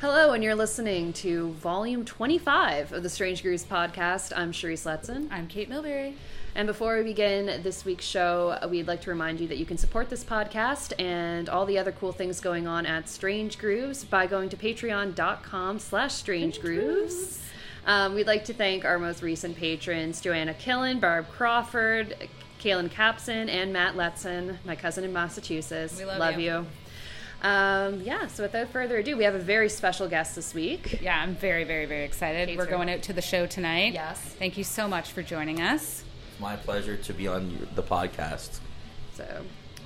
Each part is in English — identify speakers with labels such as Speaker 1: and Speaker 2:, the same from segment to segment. Speaker 1: Hello, and you're listening to volume 25 of the Strange Grooves podcast. I'm Sharice Letson.
Speaker 2: I'm Kate Milbury.
Speaker 1: And before we begin this week's show, we'd like to remind you that you can support this podcast and all the other cool things going on at Strange Grooves by going to patreon.com slash strange grooves. Um, we'd like to thank our most recent patrons, Joanna Killen, Barb Crawford, Kaylin Capson, and Matt Letson, my cousin in Massachusetts.
Speaker 2: We love you.
Speaker 1: you. Um, yeah, so without further ado, we have a very special guest this week.
Speaker 2: Yeah, I'm very, very, very excited.
Speaker 1: Kate's
Speaker 2: We're
Speaker 1: very-
Speaker 2: going out to the show tonight.
Speaker 1: Yes.
Speaker 2: Thank you so much for joining us.
Speaker 3: My pleasure to be on your- the podcast.
Speaker 1: So,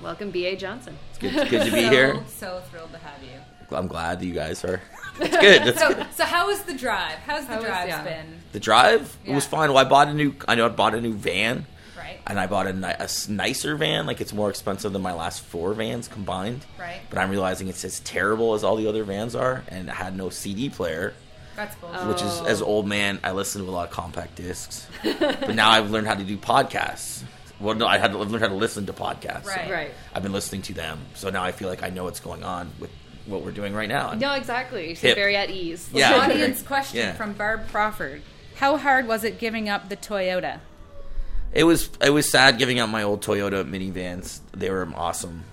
Speaker 1: welcome, B.A. Johnson.
Speaker 3: It's good, it's good to be here.
Speaker 4: So thrilled to have you.
Speaker 3: I'm glad that you guys are. It's good. It's good.
Speaker 4: So, so how was the drive? How's the
Speaker 2: How was-
Speaker 4: drive
Speaker 2: yeah.
Speaker 4: been?
Speaker 3: The drive it was
Speaker 4: Yeah.
Speaker 3: fine. Well, I bought a new. I know I bought a new van,
Speaker 4: Right.
Speaker 3: and I bought a, ni- a s- nicer van. Like it's more expensive than my last four vans combined.
Speaker 4: Right.
Speaker 3: But I'm realizing it's as terrible as all the other vans are, and I had no CD player,
Speaker 4: That's bullshit.
Speaker 1: Oh.
Speaker 2: Um,
Speaker 3: which is as old man. I listen to a lot of compact discs, but now I've learned how to do podcasts. Well, no, I had to, I've learned how to listen to podcasts.
Speaker 4: Right.
Speaker 1: Right.
Speaker 3: I've been listening to them, so now I feel like I know what's going on with what we're doing right now.
Speaker 1: No, exactly. She's
Speaker 3: Hip.
Speaker 1: very at ease.
Speaker 3: Yeah.
Speaker 2: Audience question
Speaker 3: Yeah.
Speaker 2: from Barb Crawford How hard was it giving up the Toyota?
Speaker 3: It was it was sad giving up my old Toyota minivans. They were awesome,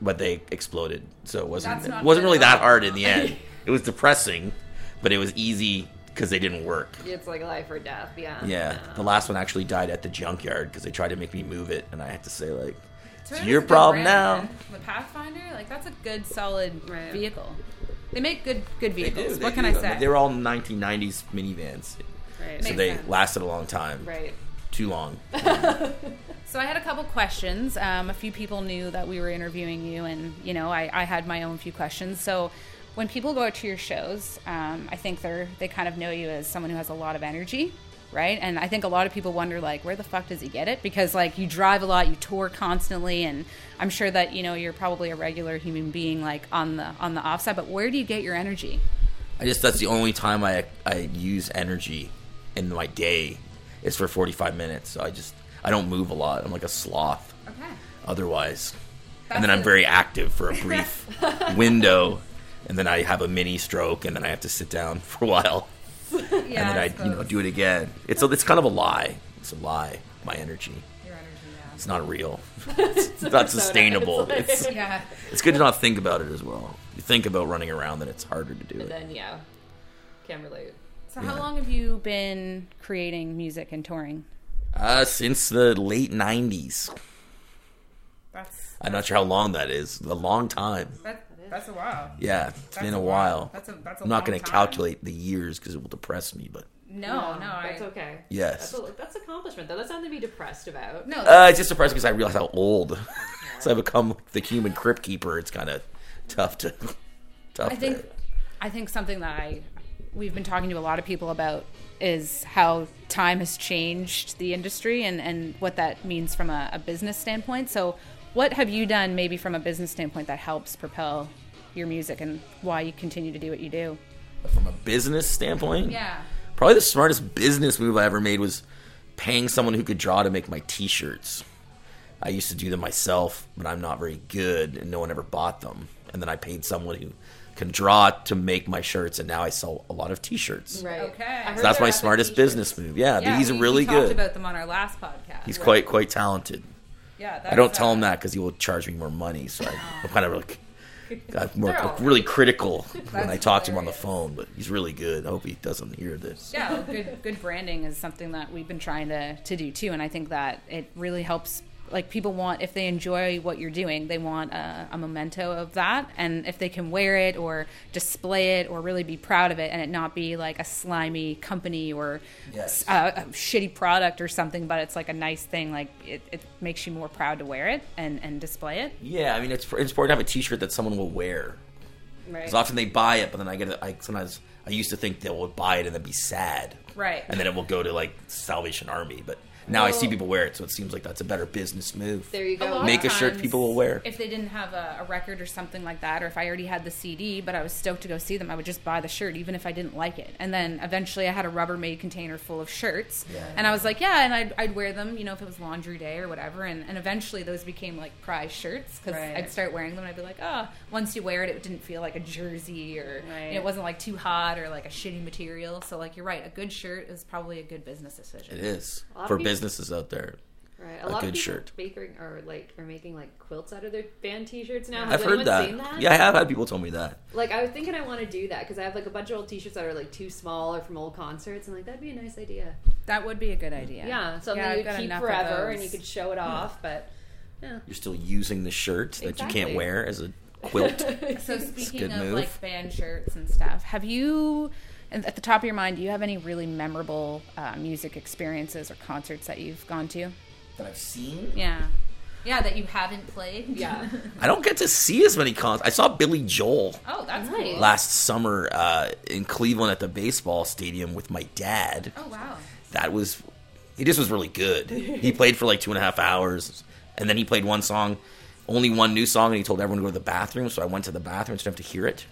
Speaker 3: but they exploded, so it wasn't
Speaker 4: That's not
Speaker 3: it wasn't
Speaker 4: good at
Speaker 3: really
Speaker 4: all.
Speaker 3: that hard in the end. it was depressing, but it was easy because they didn't work.
Speaker 1: It's like life or death. Yeah. Um,
Speaker 3: Yeah, the last one actually died at the junkyard because they tried to make me move it, and I had to say like, "It's
Speaker 4: Toyota's
Speaker 3: your
Speaker 4: a good
Speaker 3: problem now."
Speaker 4: brand, man. The Pathfinder, like that's a good,
Speaker 2: Solid
Speaker 1: Right.
Speaker 2: vehicle. They make good good
Speaker 3: They
Speaker 2: vehicles.
Speaker 3: do, they
Speaker 2: what can
Speaker 3: do.
Speaker 2: I say?
Speaker 3: They were all 1990s minivans,
Speaker 1: Right.
Speaker 3: so
Speaker 4: Makes
Speaker 3: they
Speaker 4: sense.
Speaker 3: lasted a long time.
Speaker 1: right.
Speaker 3: Too long.
Speaker 2: So I had a couple questions. Um, a few people knew that we were interviewing you, and you know, I, I had my own few questions. So when people go out to your shows, um, I think they're they kind of know you as someone who has a lot of energy, right? And I think a lot of people wonder like, where the fuck does he get it? Because like you drive a lot, you tour constantly, and I'm sure that you know you're probably a regular human being like on the on the offside. But where do you get your energy?
Speaker 3: I just that's the only time I I use energy in my day is for 45 minutes. So I just I don't move a lot. I'm like a sloth
Speaker 4: okay.
Speaker 3: otherwise. and then
Speaker 4: That's
Speaker 3: I'm
Speaker 4: a-
Speaker 3: very active for a brief window and then I have a mini stroke and then I have to sit down for a while
Speaker 4: Yeah,
Speaker 3: and then I, you know do it again. It's a, it's kind of a lie. It's a lie. My energy.
Speaker 4: your energy.
Speaker 3: It's not real. it's not sustainable. It's,
Speaker 4: Yeah. yeah.
Speaker 3: it's good to not think about it as well. You think about running around then it's harder to do it.
Speaker 1: Then yeah, can relate.
Speaker 2: So how long have you been creating music and touring?
Speaker 3: Uh, since the late '90s.
Speaker 4: That's
Speaker 3: I'm not sure how long that is. A long time.
Speaker 4: that, that's a while.
Speaker 3: Yeah, it's
Speaker 4: That's
Speaker 3: been a
Speaker 4: a while.
Speaker 3: while.
Speaker 4: That's a- that's a
Speaker 3: I'm not
Speaker 4: long
Speaker 3: gonna
Speaker 4: time.
Speaker 3: calculate the years because it will depress me. But
Speaker 2: Oh,
Speaker 4: No, no,
Speaker 1: Um, that's
Speaker 4: I,
Speaker 1: okay.
Speaker 3: Yes.
Speaker 1: that's, a, that's accomplishment though. That's nothing to be depressed about.
Speaker 4: no.
Speaker 3: uh, it's just depressing because I realize how old. so I become the human crypt keeper. It's kind of tough to. tough.
Speaker 2: I think
Speaker 3: to-
Speaker 2: I think something that I we've been talking to a lot of people about is how time has changed the industry and, and what that means from a, a business standpoint. So what have you done maybe from a business standpoint that helps propel your music and why you continue to do what you do?
Speaker 3: from a business standpoint.
Speaker 4: yeah.
Speaker 3: Probably the smartest business move I ever made was paying someone who could draw to make my t-shirts. I used to do them myself, but I'm not very good and no one ever bought them. And then I paid someone who can draw to make my shirts and now I sell a lot of t-shirts.
Speaker 1: Right.
Speaker 4: Okay.
Speaker 1: I heard
Speaker 3: So that's
Speaker 1: they're
Speaker 3: my
Speaker 1: up at
Speaker 3: smartest
Speaker 1: T-shirts.
Speaker 3: business move. Yeah,
Speaker 4: yeah
Speaker 3: he's
Speaker 4: we,
Speaker 3: really
Speaker 4: we talked
Speaker 3: good.
Speaker 4: about them on our last podcast.
Speaker 3: he's quite quite talented.
Speaker 4: Yeah.
Speaker 3: I don't tell him that cuz he will charge me more money, so I, I'm kind of like I'm more,
Speaker 1: They're all right.
Speaker 3: really critical when
Speaker 4: That's
Speaker 3: I talk to him on the
Speaker 4: hilarious.
Speaker 3: phone, but he's really good. I hope he doesn't hear this.
Speaker 2: Yeah, good good branding is something that we've been trying to, to do too, and I think that it really helps. Like people want, if they enjoy what you're doing, they want a, a memento of that, and if they can wear it or display it or really be proud of it, and it not be like a slimy company or
Speaker 3: Yes.
Speaker 2: uh, a shitty product or something, but it's like a nice thing. Like it, it makes you more proud to wear it and and display it.
Speaker 3: Yeah, I mean it's it's important to have a t-shirt that someone will wear.
Speaker 1: Right.
Speaker 3: Because often they buy it, but then I get it. I sometimes I used to think they would buy it and then be sad,
Speaker 4: Right.
Speaker 3: and then it will go to like Salvation Army. But Now I see people wear it, so it seems like that's a better business move.
Speaker 1: There you
Speaker 2: A lot
Speaker 1: go.
Speaker 2: of
Speaker 3: Make a shirt
Speaker 2: times,
Speaker 3: people will wear.
Speaker 2: If they didn't have a, a record or something like that, or if I already had the CD, but I was stoked to go see them, I would just buy the shirt, even if I didn't like it. And then eventually I had a Rubbermaid container full of shirts.
Speaker 3: Yeah.
Speaker 2: And I was like, yeah, and I'd, I'd wear them, you know, if it was laundry day or whatever. And, and eventually those became like prize shirts because
Speaker 4: Right.
Speaker 2: I'd start wearing them and I'd be like, oh, once you wear it, it didn't feel like a jersey or you know,
Speaker 1: Right.
Speaker 2: it wasn't like too hot or like a shitty material. So, like, you're right, a good shirt is probably a good business decision.
Speaker 3: It is
Speaker 1: A lot of
Speaker 3: for
Speaker 1: people-
Speaker 3: businesses out there.
Speaker 1: Right.
Speaker 3: A
Speaker 1: lot of
Speaker 3: good
Speaker 1: people
Speaker 3: shirt.
Speaker 1: Baking or like are making like quilts out of their band T-shirts now. Has
Speaker 3: I've
Speaker 1: anyone
Speaker 3: heard that.
Speaker 1: seen that?
Speaker 3: Yeah, I have had people tell me that.
Speaker 1: Like I was thinking I want to do that because I have like a bunch of old T-shirts that are like too small or from old concerts, and like that'd be a nice idea.
Speaker 2: That would be a good idea.
Speaker 1: Yeah, something
Speaker 2: I've
Speaker 1: you
Speaker 2: got
Speaker 1: keep
Speaker 2: enough of
Speaker 1: forever and
Speaker 2: those.
Speaker 1: you could show it off. But yeah,
Speaker 3: You're still using the shirt that you
Speaker 1: Exactly.
Speaker 3: can't wear as a quilt.
Speaker 2: So speaking
Speaker 3: good
Speaker 2: of
Speaker 3: move.
Speaker 2: like band shirts and stuff, have you and at the top of your mind? Do you have any really memorable uh, music experiences or concerts that you've gone to?
Speaker 3: that I've seen.
Speaker 2: Yeah, yeah, that you haven't played.
Speaker 1: yeah.
Speaker 3: I don't get to see as many cons. I saw Billy Joel
Speaker 2: Oh, that's
Speaker 1: Nice.
Speaker 2: cool.
Speaker 3: last summer uh, in Cleveland at the baseball stadium with my dad.
Speaker 2: Oh wow.
Speaker 3: That was he just was really good. He played for like two and a half hours, and then he played one song, only one new song, and he told everyone to go to the bathroom. So I went to the bathroom so I didn't have to hear it.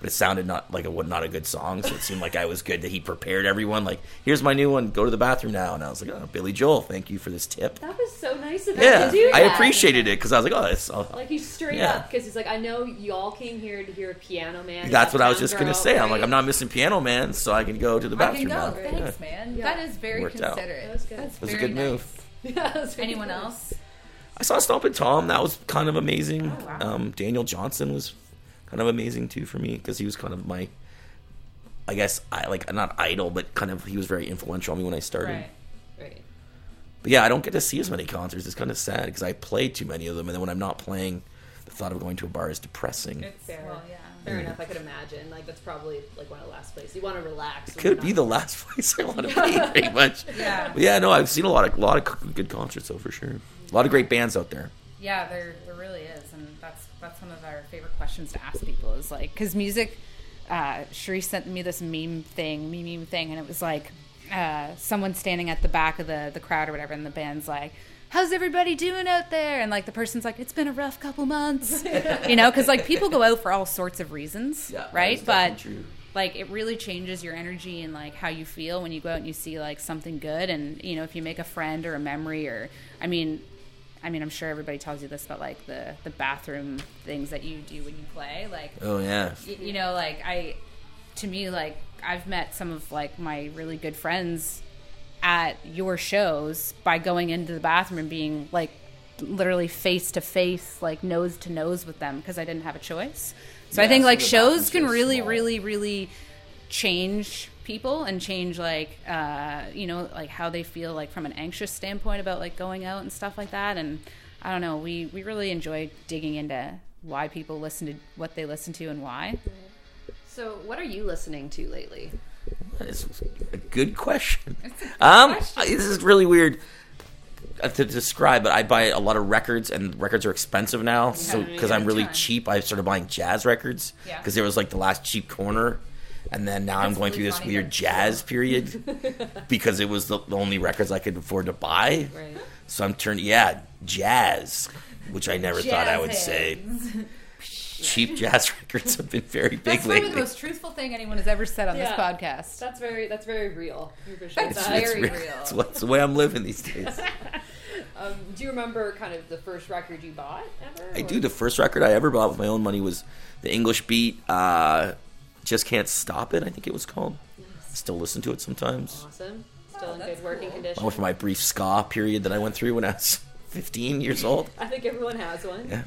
Speaker 3: But it sounded not like a not a good song, so it seemed like I was good that he prepared everyone. Like, here's my new one. Go to the bathroom now, and I was like, oh, Billy Joel, thank you for this tip.
Speaker 1: That was so nice of him
Speaker 3: Yeah,
Speaker 1: to do that.
Speaker 3: I appreciated it because I was like, oh, that's I'll-
Speaker 1: Like he's straight
Speaker 3: Yeah.
Speaker 1: up because he's like, I know y'all came here to hear a piano man.
Speaker 3: That's
Speaker 1: and
Speaker 3: what I was
Speaker 1: Uptown
Speaker 3: just gonna
Speaker 1: Girl,
Speaker 3: say. I'm like,
Speaker 1: right?
Speaker 3: I'm not missing Piano Man, so I can go to the
Speaker 2: I can
Speaker 3: bathroom
Speaker 2: go.
Speaker 3: now. Yeah.
Speaker 2: Thanks, man.
Speaker 1: Yeah.
Speaker 2: That is very
Speaker 3: Worked out.
Speaker 2: considerate.
Speaker 1: That was good.
Speaker 2: That's
Speaker 1: It
Speaker 3: was a
Speaker 2: very
Speaker 3: good
Speaker 2: nice.
Speaker 3: move.
Speaker 1: That was really
Speaker 2: Anyone
Speaker 1: nice.
Speaker 2: else?
Speaker 3: I saw Stompin' Tom. That was kind of amazing.
Speaker 2: Oh, wow.
Speaker 3: um, Daniel Johnson was kind of amazing too for me because he was kind of my, I guess, I like not idol, but kind of he was very influential on me when I started.
Speaker 2: Right.
Speaker 1: Right.
Speaker 3: But yeah, I don't get to see as many concerts. It's kind of sad because I play too many of them, and then when I'm not playing, the thought of going to a bar is depressing.
Speaker 4: It's fair.
Speaker 2: Well, yeah.
Speaker 3: Mm.
Speaker 1: Fair enough. I could imagine. Like that's probably like one of the last places you want to relax. when
Speaker 3: Could
Speaker 1: you're
Speaker 3: be
Speaker 1: not-
Speaker 3: the last place I want to be pretty much.
Speaker 2: Yeah.
Speaker 3: But yeah, no, I've seen a lot of lot of good concerts though for sure. A lot of great bands out there.
Speaker 2: Yeah, there there really is, and that's that's one of our favorite questions to ask people is like because music. Uh, Sheree sent me this meme thing, meme meme thing, and it was like uh, someone standing at the back of the the crowd or whatever, and the band's like. How's everybody doing out there? And like the person's like, it's been a rough couple months, you know, because like people go out for all sorts of reasons, right? But like it really changes your energy and like how you feel when you go out and you see like something good and you know if you make a friend or a memory or i mean i mean i'm sure everybody tells you this but like the the bathroom things that you do when you play like
Speaker 3: oh yeah,
Speaker 2: y- you know like i to me like i've met some of like my really good friends at your shows by going into the bathroom and being like literally face to face like nose to nose with them because i didn't have a choice so i
Speaker 3: Yeah,
Speaker 2: think
Speaker 3: so
Speaker 2: like
Speaker 3: the
Speaker 2: shows
Speaker 3: bathrooms
Speaker 2: can
Speaker 3: are
Speaker 2: really
Speaker 3: small.
Speaker 2: really really change people and change like uh you know like how they feel like from an anxious standpoint about like going out and stuff like that and i don't know we we really enjoy digging into why people listen to what they listen to and why
Speaker 1: So what are you listening to lately?
Speaker 3: that is a good question. um, this is really weird uh, to describe, but I buy a lot of records, and records are expensive now. So because I'm really
Speaker 2: time.
Speaker 3: cheap, I started buying jazz records
Speaker 2: Yeah.
Speaker 3: because there was like the last cheap corner. And then now I'm
Speaker 2: really
Speaker 3: going through this
Speaker 2: funny,
Speaker 3: weird
Speaker 2: but-
Speaker 3: jazz period because it was the the only records I could afford to buy.
Speaker 1: Right.
Speaker 3: So I'm turning, yeah, jazz, which I never thought I would
Speaker 2: Jazz
Speaker 3: say.
Speaker 2: hands.
Speaker 3: Cheap jazz records have been very big
Speaker 2: That's probably the
Speaker 3: lately.
Speaker 2: most truthful thing anyone has ever said on
Speaker 1: Yeah.
Speaker 2: this podcast.
Speaker 1: That's very that's very real. I appreciate
Speaker 2: That's
Speaker 1: that.
Speaker 2: very
Speaker 3: re-
Speaker 2: real.
Speaker 3: It's, what- it's the way I'm living these days.
Speaker 1: Um, do you remember kind of the first record you bought ever?
Speaker 3: I
Speaker 1: or-
Speaker 3: do. The first record I ever bought with my own money was the English Beat. Uh, Just can't stop it. I think it was called. I still listen to it sometimes.
Speaker 1: Awesome. Still in
Speaker 2: that's
Speaker 1: good working
Speaker 2: cool.
Speaker 1: condition.
Speaker 3: Along with my brief ska period that I went through when I was 15 years old.
Speaker 1: I think everyone has one.
Speaker 3: Yeah.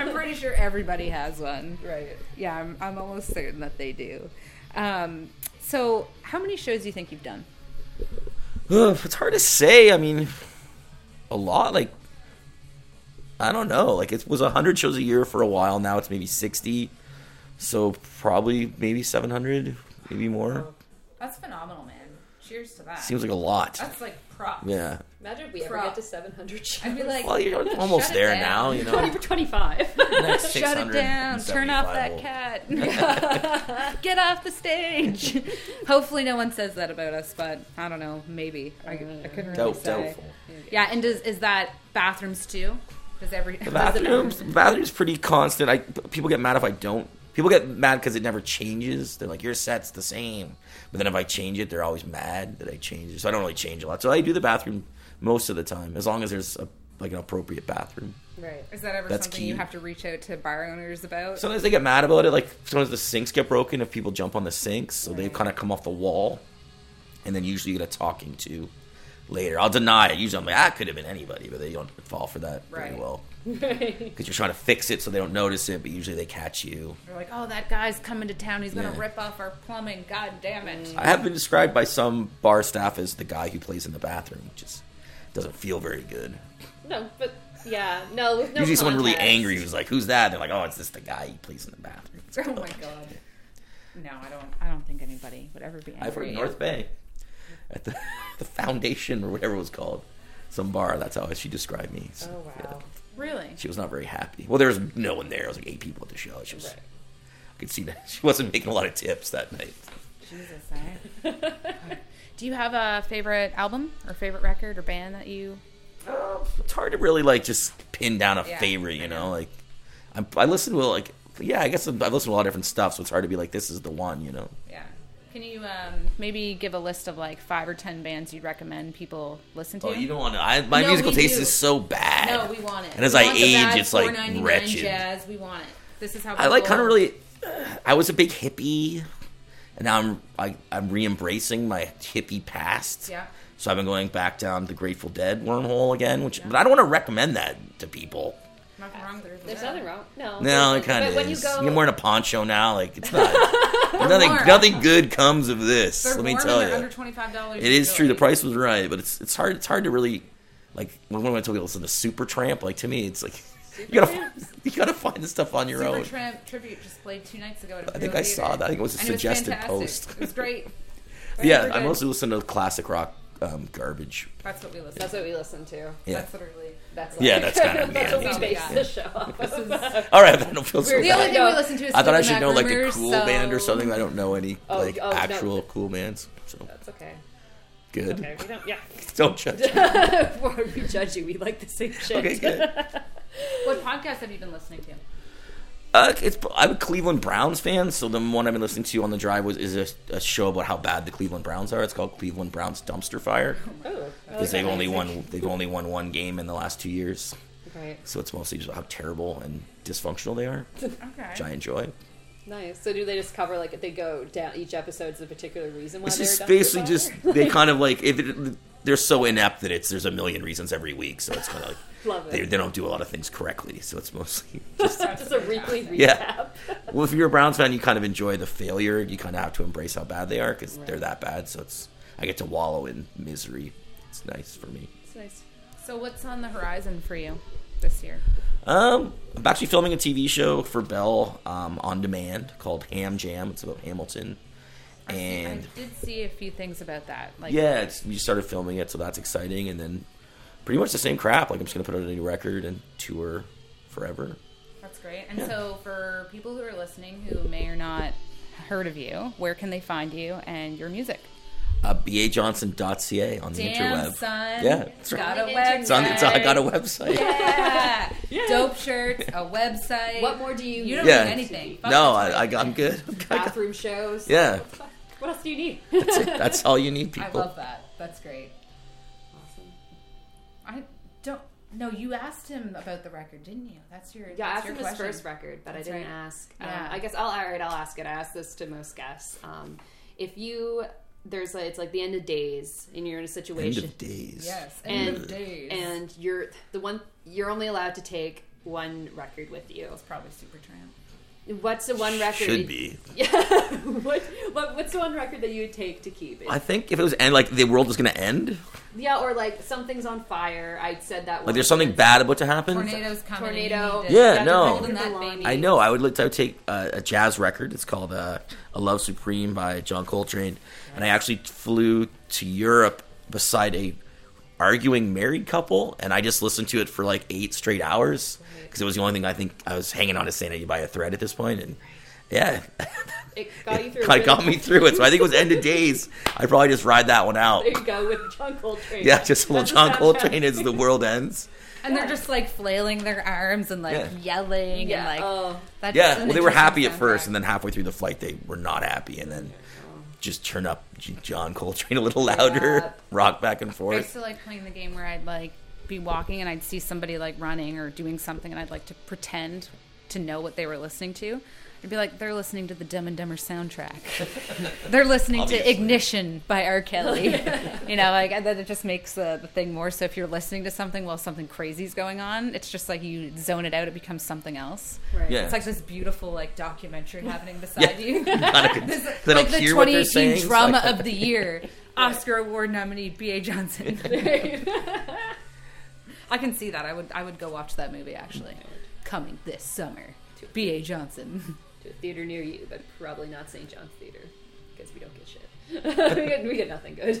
Speaker 2: I'm pretty sure everybody has one.
Speaker 1: Right.
Speaker 2: Yeah, I'm, I'm almost certain that they do. Um, so, how many shows do you think you've done?
Speaker 3: Ugh, it's hard to say. I mean, a lot. Like, I don't know. Like, it was 100 shows a year for a while. Now it's maybe 60. So, probably maybe 700, maybe more.
Speaker 2: That's phenomenal, man. Cheers to that.
Speaker 3: Seems like a lot.
Speaker 2: That's like
Speaker 4: props.
Speaker 3: Yeah.
Speaker 1: Imagine if we ever
Speaker 4: Prop.
Speaker 1: get to 700 shows.
Speaker 4: I'd be like,
Speaker 3: Well, you're almost
Speaker 4: Shut it
Speaker 3: there
Speaker 4: down.
Speaker 3: now, you know.
Speaker 1: 20 for 25.
Speaker 3: Next
Speaker 2: Shut it
Speaker 3: 600,
Speaker 2: down. Turn off
Speaker 3: 75
Speaker 2: that
Speaker 3: will-
Speaker 2: cat. Get off the stage. Hopefully, no one says that about us, but I don't know. Maybe I, I couldn't really
Speaker 3: Doubt,
Speaker 2: say.
Speaker 3: doubtful.
Speaker 2: Yeah, and does is that bathrooms too? Does every
Speaker 3: The bathrooms, the bathrooms pretty constant. I people get mad if I don't. People get mad because it never changes. They're like, your set's the same. But then if I change it, they're always mad that I change it. So I don't really change a lot. So I do the bathroom most of the time, as long as there's a, like an appropriate bathroom.
Speaker 1: right.
Speaker 2: is that ever
Speaker 3: That's
Speaker 2: something
Speaker 3: key.
Speaker 2: you have to reach out to bar owners about?
Speaker 3: Sometimes they get mad about it. Like sometimes the sinks get broken if people jump on the sinks, so they kind of come off the wall, and then usually you get a talking to later. I'll deny it. Usually I'm like, that could have been anybody, but they don't fall for that very
Speaker 2: Right.
Speaker 3: well because you're trying to fix it so they don't notice it, but usually they catch you.
Speaker 2: They're like, oh, that guy's coming to town. He's gonna
Speaker 3: Yeah.
Speaker 2: rip off our plumbing. God damn it!
Speaker 3: I have been described by some bar staff as the guy who plays in the bathroom, which is, doesn't feel very good.
Speaker 1: No, but yeah, no. With no
Speaker 3: usually someone really
Speaker 1: context.
Speaker 3: angry who's like, "Who's that?" They're like, "Oh, it's just the guy who plays in the bathroom." It's
Speaker 2: Oh
Speaker 3: like,
Speaker 2: my god. No, I don't. I don't think anybody would ever be. Angry
Speaker 3: I've heard
Speaker 2: at you.
Speaker 3: North Bay at the, the foundation or whatever it was called. Some bar, that's how she described me. So,
Speaker 1: Oh wow.
Speaker 2: Really?
Speaker 3: She was not very happy. Well, there was no one there. It was like eight people at the show. She was,
Speaker 1: Right.
Speaker 3: I could see that she wasn't making a lot of tips that night.
Speaker 2: Jesus. eh? I... Do you have a favorite album or favorite record or band that you?
Speaker 3: Uh, it's hard to really like just pin down a
Speaker 2: Yeah,
Speaker 3: favorite, you know? Like, I'm, I listen to like, yeah, I guess I've listened to a lot of different stuff, so it's hard to be like, this is the one, you know?
Speaker 2: Yeah. Can you um, maybe give a list of like five or ten bands you'd recommend people listen to?
Speaker 3: Oh, you don't want to. I, my
Speaker 2: No,
Speaker 3: musical
Speaker 2: we
Speaker 3: taste
Speaker 2: do.
Speaker 3: is so bad.
Speaker 2: No, we want it.
Speaker 3: And as
Speaker 2: We
Speaker 3: I
Speaker 2: want the
Speaker 3: age,
Speaker 2: bad
Speaker 3: it's like
Speaker 2: $4.99
Speaker 3: wretched.
Speaker 2: Jazz, we want it. This is how
Speaker 3: I like
Speaker 2: people-
Speaker 3: kind of really. I was a big hippie, and now I'm I, I'm re-embracing my hippie past.
Speaker 2: Yeah.
Speaker 3: So I've been going back down the Grateful Dead wormhole again, which but I don't want to recommend that to people.
Speaker 2: Nothing wrong there.
Speaker 1: There's nothing wrong. No.
Speaker 3: No,
Speaker 1: there's-
Speaker 3: it kind of
Speaker 1: But when you
Speaker 3: is.
Speaker 1: go,
Speaker 3: are wearing a poncho now, like it's not. nothing
Speaker 2: warm.
Speaker 3: nothing good comes of this.
Speaker 2: They're
Speaker 3: let me
Speaker 2: warm
Speaker 3: tell
Speaker 2: and
Speaker 3: you,
Speaker 2: they're Under twenty five dollars.
Speaker 3: it is true. The price was right, but it's it's hard. It's hard to really like when when I told you to listen to Super Tramp. Like to me, it's like you gotta you gotta find this stuff on your own.
Speaker 2: Tramp tribute just played two nights ago. At a
Speaker 3: I think
Speaker 2: Imperial
Speaker 3: I saw
Speaker 2: Theatre.
Speaker 3: that. I think it was a
Speaker 2: And
Speaker 3: suggested
Speaker 2: it was fantastic.
Speaker 3: post.
Speaker 2: It was great.
Speaker 3: yeah,
Speaker 2: Very
Speaker 3: I
Speaker 2: good.
Speaker 3: mostly listen to classic rock um, garbage.
Speaker 2: That's what we listen.
Speaker 1: that's
Speaker 2: to.
Speaker 1: what we listen to.
Speaker 3: Yeah.
Speaker 2: That's literally.
Speaker 1: That's
Speaker 3: Yeah, that's kinda-
Speaker 1: that's
Speaker 3: yeah,
Speaker 1: what we
Speaker 3: that's-
Speaker 1: base
Speaker 2: yeah.
Speaker 1: the show off. of.
Speaker 3: All right, I don't feel so
Speaker 1: We're-
Speaker 2: The
Speaker 1: Yeah.
Speaker 2: only
Speaker 3: bad.
Speaker 2: thing we listen to is.
Speaker 3: I thought I should
Speaker 2: Mac
Speaker 3: know like a
Speaker 2: rumors,
Speaker 3: cool
Speaker 2: so-
Speaker 3: band or something. I don't know any
Speaker 1: Oh,
Speaker 3: like
Speaker 1: oh, no.
Speaker 3: actual cool bands. So
Speaker 1: That's okay.
Speaker 3: good.
Speaker 1: Okay, we don't. Yeah.
Speaker 3: Don't judge. me.
Speaker 1: Before we judge you, we like the same shit.
Speaker 3: Okay, good.
Speaker 2: What podcast have you been listening to?
Speaker 3: Uh, it's I'm a Cleveland Browns fan, so the one I've been listening to on the drive was is a, a show about how bad the Cleveland Browns are. It's called Cleveland Browns Dumpster Fire
Speaker 1: Oh,
Speaker 3: because they've only won they've only won one game in the last two years.
Speaker 1: Right.
Speaker 3: So it's mostly just how terrible and dysfunctional they are,
Speaker 2: Okay.
Speaker 3: which I enjoy.
Speaker 1: Nice. So do they just cover like they go down each episode's a particular reason why
Speaker 3: It's
Speaker 1: they're
Speaker 3: just
Speaker 1: dumpster
Speaker 3: basically
Speaker 1: fire?
Speaker 3: just they kind of like if it, they're so inept that it's there's a million reasons every week, so it's kind of
Speaker 1: Love
Speaker 3: like
Speaker 1: it.
Speaker 3: they, they don't do a lot of things correctly, so it's mostly
Speaker 1: just a weekly recap.
Speaker 3: Yeah. well if you're a Browns fan, you kind of enjoy the failure, you kind of have to embrace how bad they are because they're that bad, so it's I get to wallow in misery. It's nice for me.
Speaker 1: It's nice.
Speaker 2: So what's on the horizon for you this year?
Speaker 3: Um, I'm actually filming a TV show for Bell um, on demand called Ham Jam. It's about Hamilton, and
Speaker 2: I did see a few things about that. Like
Speaker 3: yeah, it's, we started filming it, so that's exciting. And then pretty much the same crap. Like I'm just gonna put out a new record and tour forever.
Speaker 2: That's great. And so, for people who are listening who may or not heard of you, where can they find you and your music?
Speaker 3: Uh, bajohnson.ca on the interweb.
Speaker 2: son.
Speaker 3: Yeah, it's, right.
Speaker 2: got a
Speaker 1: right.
Speaker 2: website.
Speaker 3: it's on. It's, I got a website.
Speaker 2: yeah. Dope shirts, a website.
Speaker 1: What more do you need?
Speaker 2: You don't
Speaker 3: Yeah.
Speaker 2: need anything. Fuck
Speaker 3: No,
Speaker 2: the
Speaker 3: I, I got, I'm good. I got-
Speaker 1: Bathroom shows.
Speaker 3: yeah,
Speaker 1: What else do you need?
Speaker 3: that's, it. that's all you need,
Speaker 2: I
Speaker 3: people.
Speaker 2: love that. That's great.
Speaker 1: Awesome.
Speaker 2: I don't. No, you asked him about the record, didn't you? That's your.
Speaker 1: Yeah, I
Speaker 2: that's
Speaker 1: asked
Speaker 2: your
Speaker 1: him his
Speaker 2: question.
Speaker 1: first record, but
Speaker 2: That's
Speaker 1: I didn't
Speaker 2: right.
Speaker 1: ask.
Speaker 2: Yeah.
Speaker 1: Um, I guess I'll all right. I'll ask it. I asked this to most guests. Um, if you there's like, it's like the end of days, and you're in a
Speaker 3: End
Speaker 1: situation,
Speaker 3: of days.
Speaker 2: Yes.
Speaker 1: And-
Speaker 2: End of days.
Speaker 1: and you're the one you're only allowed to take one record with you.
Speaker 2: it's probably Supertramp.
Speaker 1: What's the one record?
Speaker 3: Should be.
Speaker 1: Yeah. what, what what's the one record that you would take to keep? It?
Speaker 3: I think if it was end, like the world was gonna end,
Speaker 1: yeah, or like something's on fire. I said that.
Speaker 3: like there's something bad about to happen.
Speaker 2: Tornadoes coming. and you
Speaker 1: Tornado.
Speaker 2: need to-
Speaker 3: Yeah,
Speaker 1: Dr.
Speaker 3: no.
Speaker 1: Golden
Speaker 2: Holding that
Speaker 1: Delaney.
Speaker 2: baby.
Speaker 3: I know. I would like to take uh, a jazz record. It's called uh, "A Love Supreme" by John Coltrane, and I actually flew to Europe beside a arguing married couple, and I just listened to it for like eight straight hours because it was the only thing I think I was hanging on to sanity by a thread at this point, and yeah,
Speaker 1: It got you through.
Speaker 3: kind of got
Speaker 1: really-
Speaker 3: me through it. So I think it was end of days. I probably just ride that one out.
Speaker 1: There you go with John Coltrane.
Speaker 3: Yeah, just a little
Speaker 1: That's
Speaker 3: John
Speaker 1: soundtrack.
Speaker 3: Coltrane as the world ends.
Speaker 2: And they're just like flailing their arms and like
Speaker 3: Yeah.
Speaker 2: yelling
Speaker 1: Yeah.
Speaker 2: and like
Speaker 1: oh,
Speaker 2: that's
Speaker 3: Yeah, well, they were happy at first, and then halfway through the flight, they were not happy, and then just turn up J- John Coltrane a little louder,
Speaker 1: Yeah.
Speaker 3: rock back and
Speaker 2: I
Speaker 3: forth.
Speaker 2: used to like playing the game where I'd like be walking and I'd see somebody like running or doing something, and I'd like to pretend to know what they were listening to. I'd be like, they're listening to the Dumb and Dumber soundtrack. they're listening to
Speaker 3: Obviously.
Speaker 2: Ignition by R. Kelly. you know, like and then it just makes the, the thing more. So if you're listening to something while something crazy's going on, it's just like you zone it out. It becomes something else.
Speaker 1: right.
Speaker 3: Yeah.
Speaker 2: It's like this beautiful like documentary happening beside you.
Speaker 3: Kinda con-
Speaker 2: This-
Speaker 3: they don't
Speaker 2: like the
Speaker 3: hear what they're
Speaker 2: 2018
Speaker 3: saying, it's
Speaker 2: drama
Speaker 3: like-
Speaker 2: of the year, Oscar Award nominee B.A. Johnson. I can see that. I would I would go watch that movie actually. Coming this summer. B.A. Johnson.
Speaker 1: To a theater near you, but probably not St. John's Theater because we don't get shit. we, get, we get nothing good.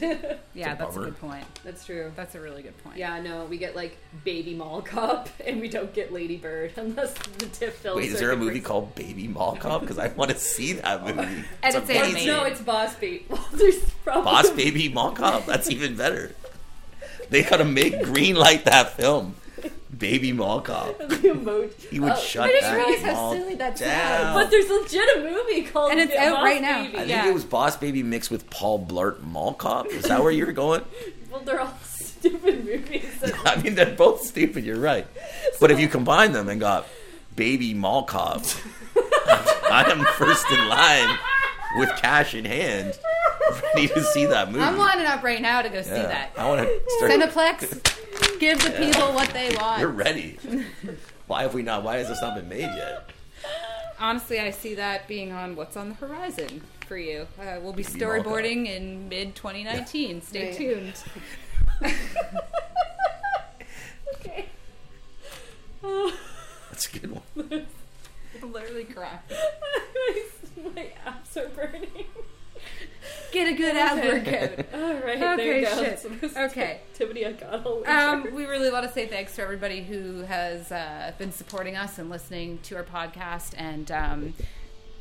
Speaker 2: Yeah,
Speaker 3: It's a
Speaker 2: that's a
Speaker 3: bummer.
Speaker 2: good point.
Speaker 1: That's true.
Speaker 2: That's a really good point.
Speaker 1: Yeah, no, we get like Baby Mall Cop, and we don't get Lady Bird unless the Tiff films.
Speaker 3: Wait, is
Speaker 1: are
Speaker 3: there a
Speaker 1: good
Speaker 3: movie
Speaker 1: for-
Speaker 3: called Baby Mall Cop? Because I want to see that movie.
Speaker 2: And it's
Speaker 1: It's-
Speaker 2: animated.
Speaker 1: No, it's Boss Baby. Well, there's probably
Speaker 3: Boss Baby Mall Cop. That's even better. They gotta make green light that film. Baby Mall Cop.
Speaker 1: the emoji.
Speaker 3: He would
Speaker 1: Oh,
Speaker 3: shut
Speaker 1: I just
Speaker 3: that
Speaker 1: realized how
Speaker 3: mall
Speaker 1: silly that
Speaker 3: down.
Speaker 1: But there's legit a movie called
Speaker 2: And it's
Speaker 1: Boss
Speaker 2: out right now.
Speaker 1: Baby.
Speaker 3: I think
Speaker 2: Yeah.
Speaker 3: it was Boss Baby mixed with Paul Blart Mall Cop. Is that where you were going?
Speaker 1: Well, they're all stupid movies. that-
Speaker 3: I mean, they're both stupid. You're right. But if you combine them and got Baby Mall Cop, I am first in line with cash in hand, ready to see that movie.
Speaker 2: I'm lining up right now to go see
Speaker 3: Yeah.
Speaker 2: that.
Speaker 3: I want to start.
Speaker 2: Cineplex, give the people what they want.
Speaker 3: You're ready. Why have we not? Why has this not been made yet?
Speaker 2: Honestly, I see that being on what's on the horizon for you. Uh, we'll be
Speaker 3: Maybe Mall Cop.
Speaker 2: storyboarding in mid 2019. Stay
Speaker 1: Right.
Speaker 2: tuned.
Speaker 1: okay. Oh,
Speaker 3: That's a good one.
Speaker 2: I'm literally crying.
Speaker 1: my abs are burning.
Speaker 2: Get a good ab workout.
Speaker 1: All right, there
Speaker 2: Okay,
Speaker 1: you go.
Speaker 2: shit.
Speaker 1: That's the
Speaker 2: Okay.
Speaker 1: Activity I got all winter.
Speaker 2: Um, we really want to say thanks to everybody who has uh, been supporting us and listening to our podcast. And um,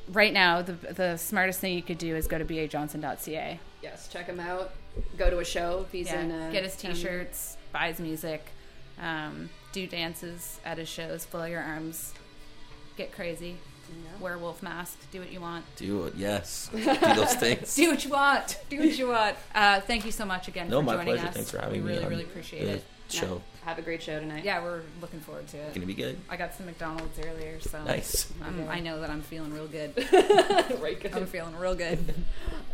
Speaker 2: right now, the, the smartest thing you could do is go to bajohnson.ca.
Speaker 1: yes, check him out. Go to a show. If he's
Speaker 2: Yeah.
Speaker 1: in. A,
Speaker 2: Get his t shirts, buy his music, um, do dances at his shows, flail your arms, get crazy,
Speaker 1: um,
Speaker 2: wear wolf mask, do what you want.
Speaker 3: Do it. Yes. Do those things.
Speaker 2: Do what you want. Do what you want. Uh, thank you so much again
Speaker 3: No,
Speaker 2: for
Speaker 3: my
Speaker 2: joining
Speaker 3: pleasure.
Speaker 2: us.
Speaker 3: Thanks for having
Speaker 2: we
Speaker 3: me.
Speaker 2: really,
Speaker 3: on
Speaker 2: really appreciate
Speaker 3: the
Speaker 2: it.
Speaker 3: Show.
Speaker 1: have a great show tonight.
Speaker 2: Yeah, we're looking forward to it.
Speaker 3: Gonna be good.
Speaker 2: I got some McDonald's earlier, so
Speaker 3: Nice.
Speaker 2: um, I know that I'm feeling real good.
Speaker 1: right. good.
Speaker 2: I'm feeling real good.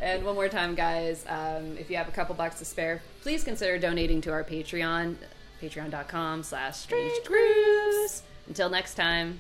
Speaker 1: And one more time, guys, um, if you have a couple bucks to spare, please consider donating to our Patreon, patreon.com slash strange grooves. Until next time.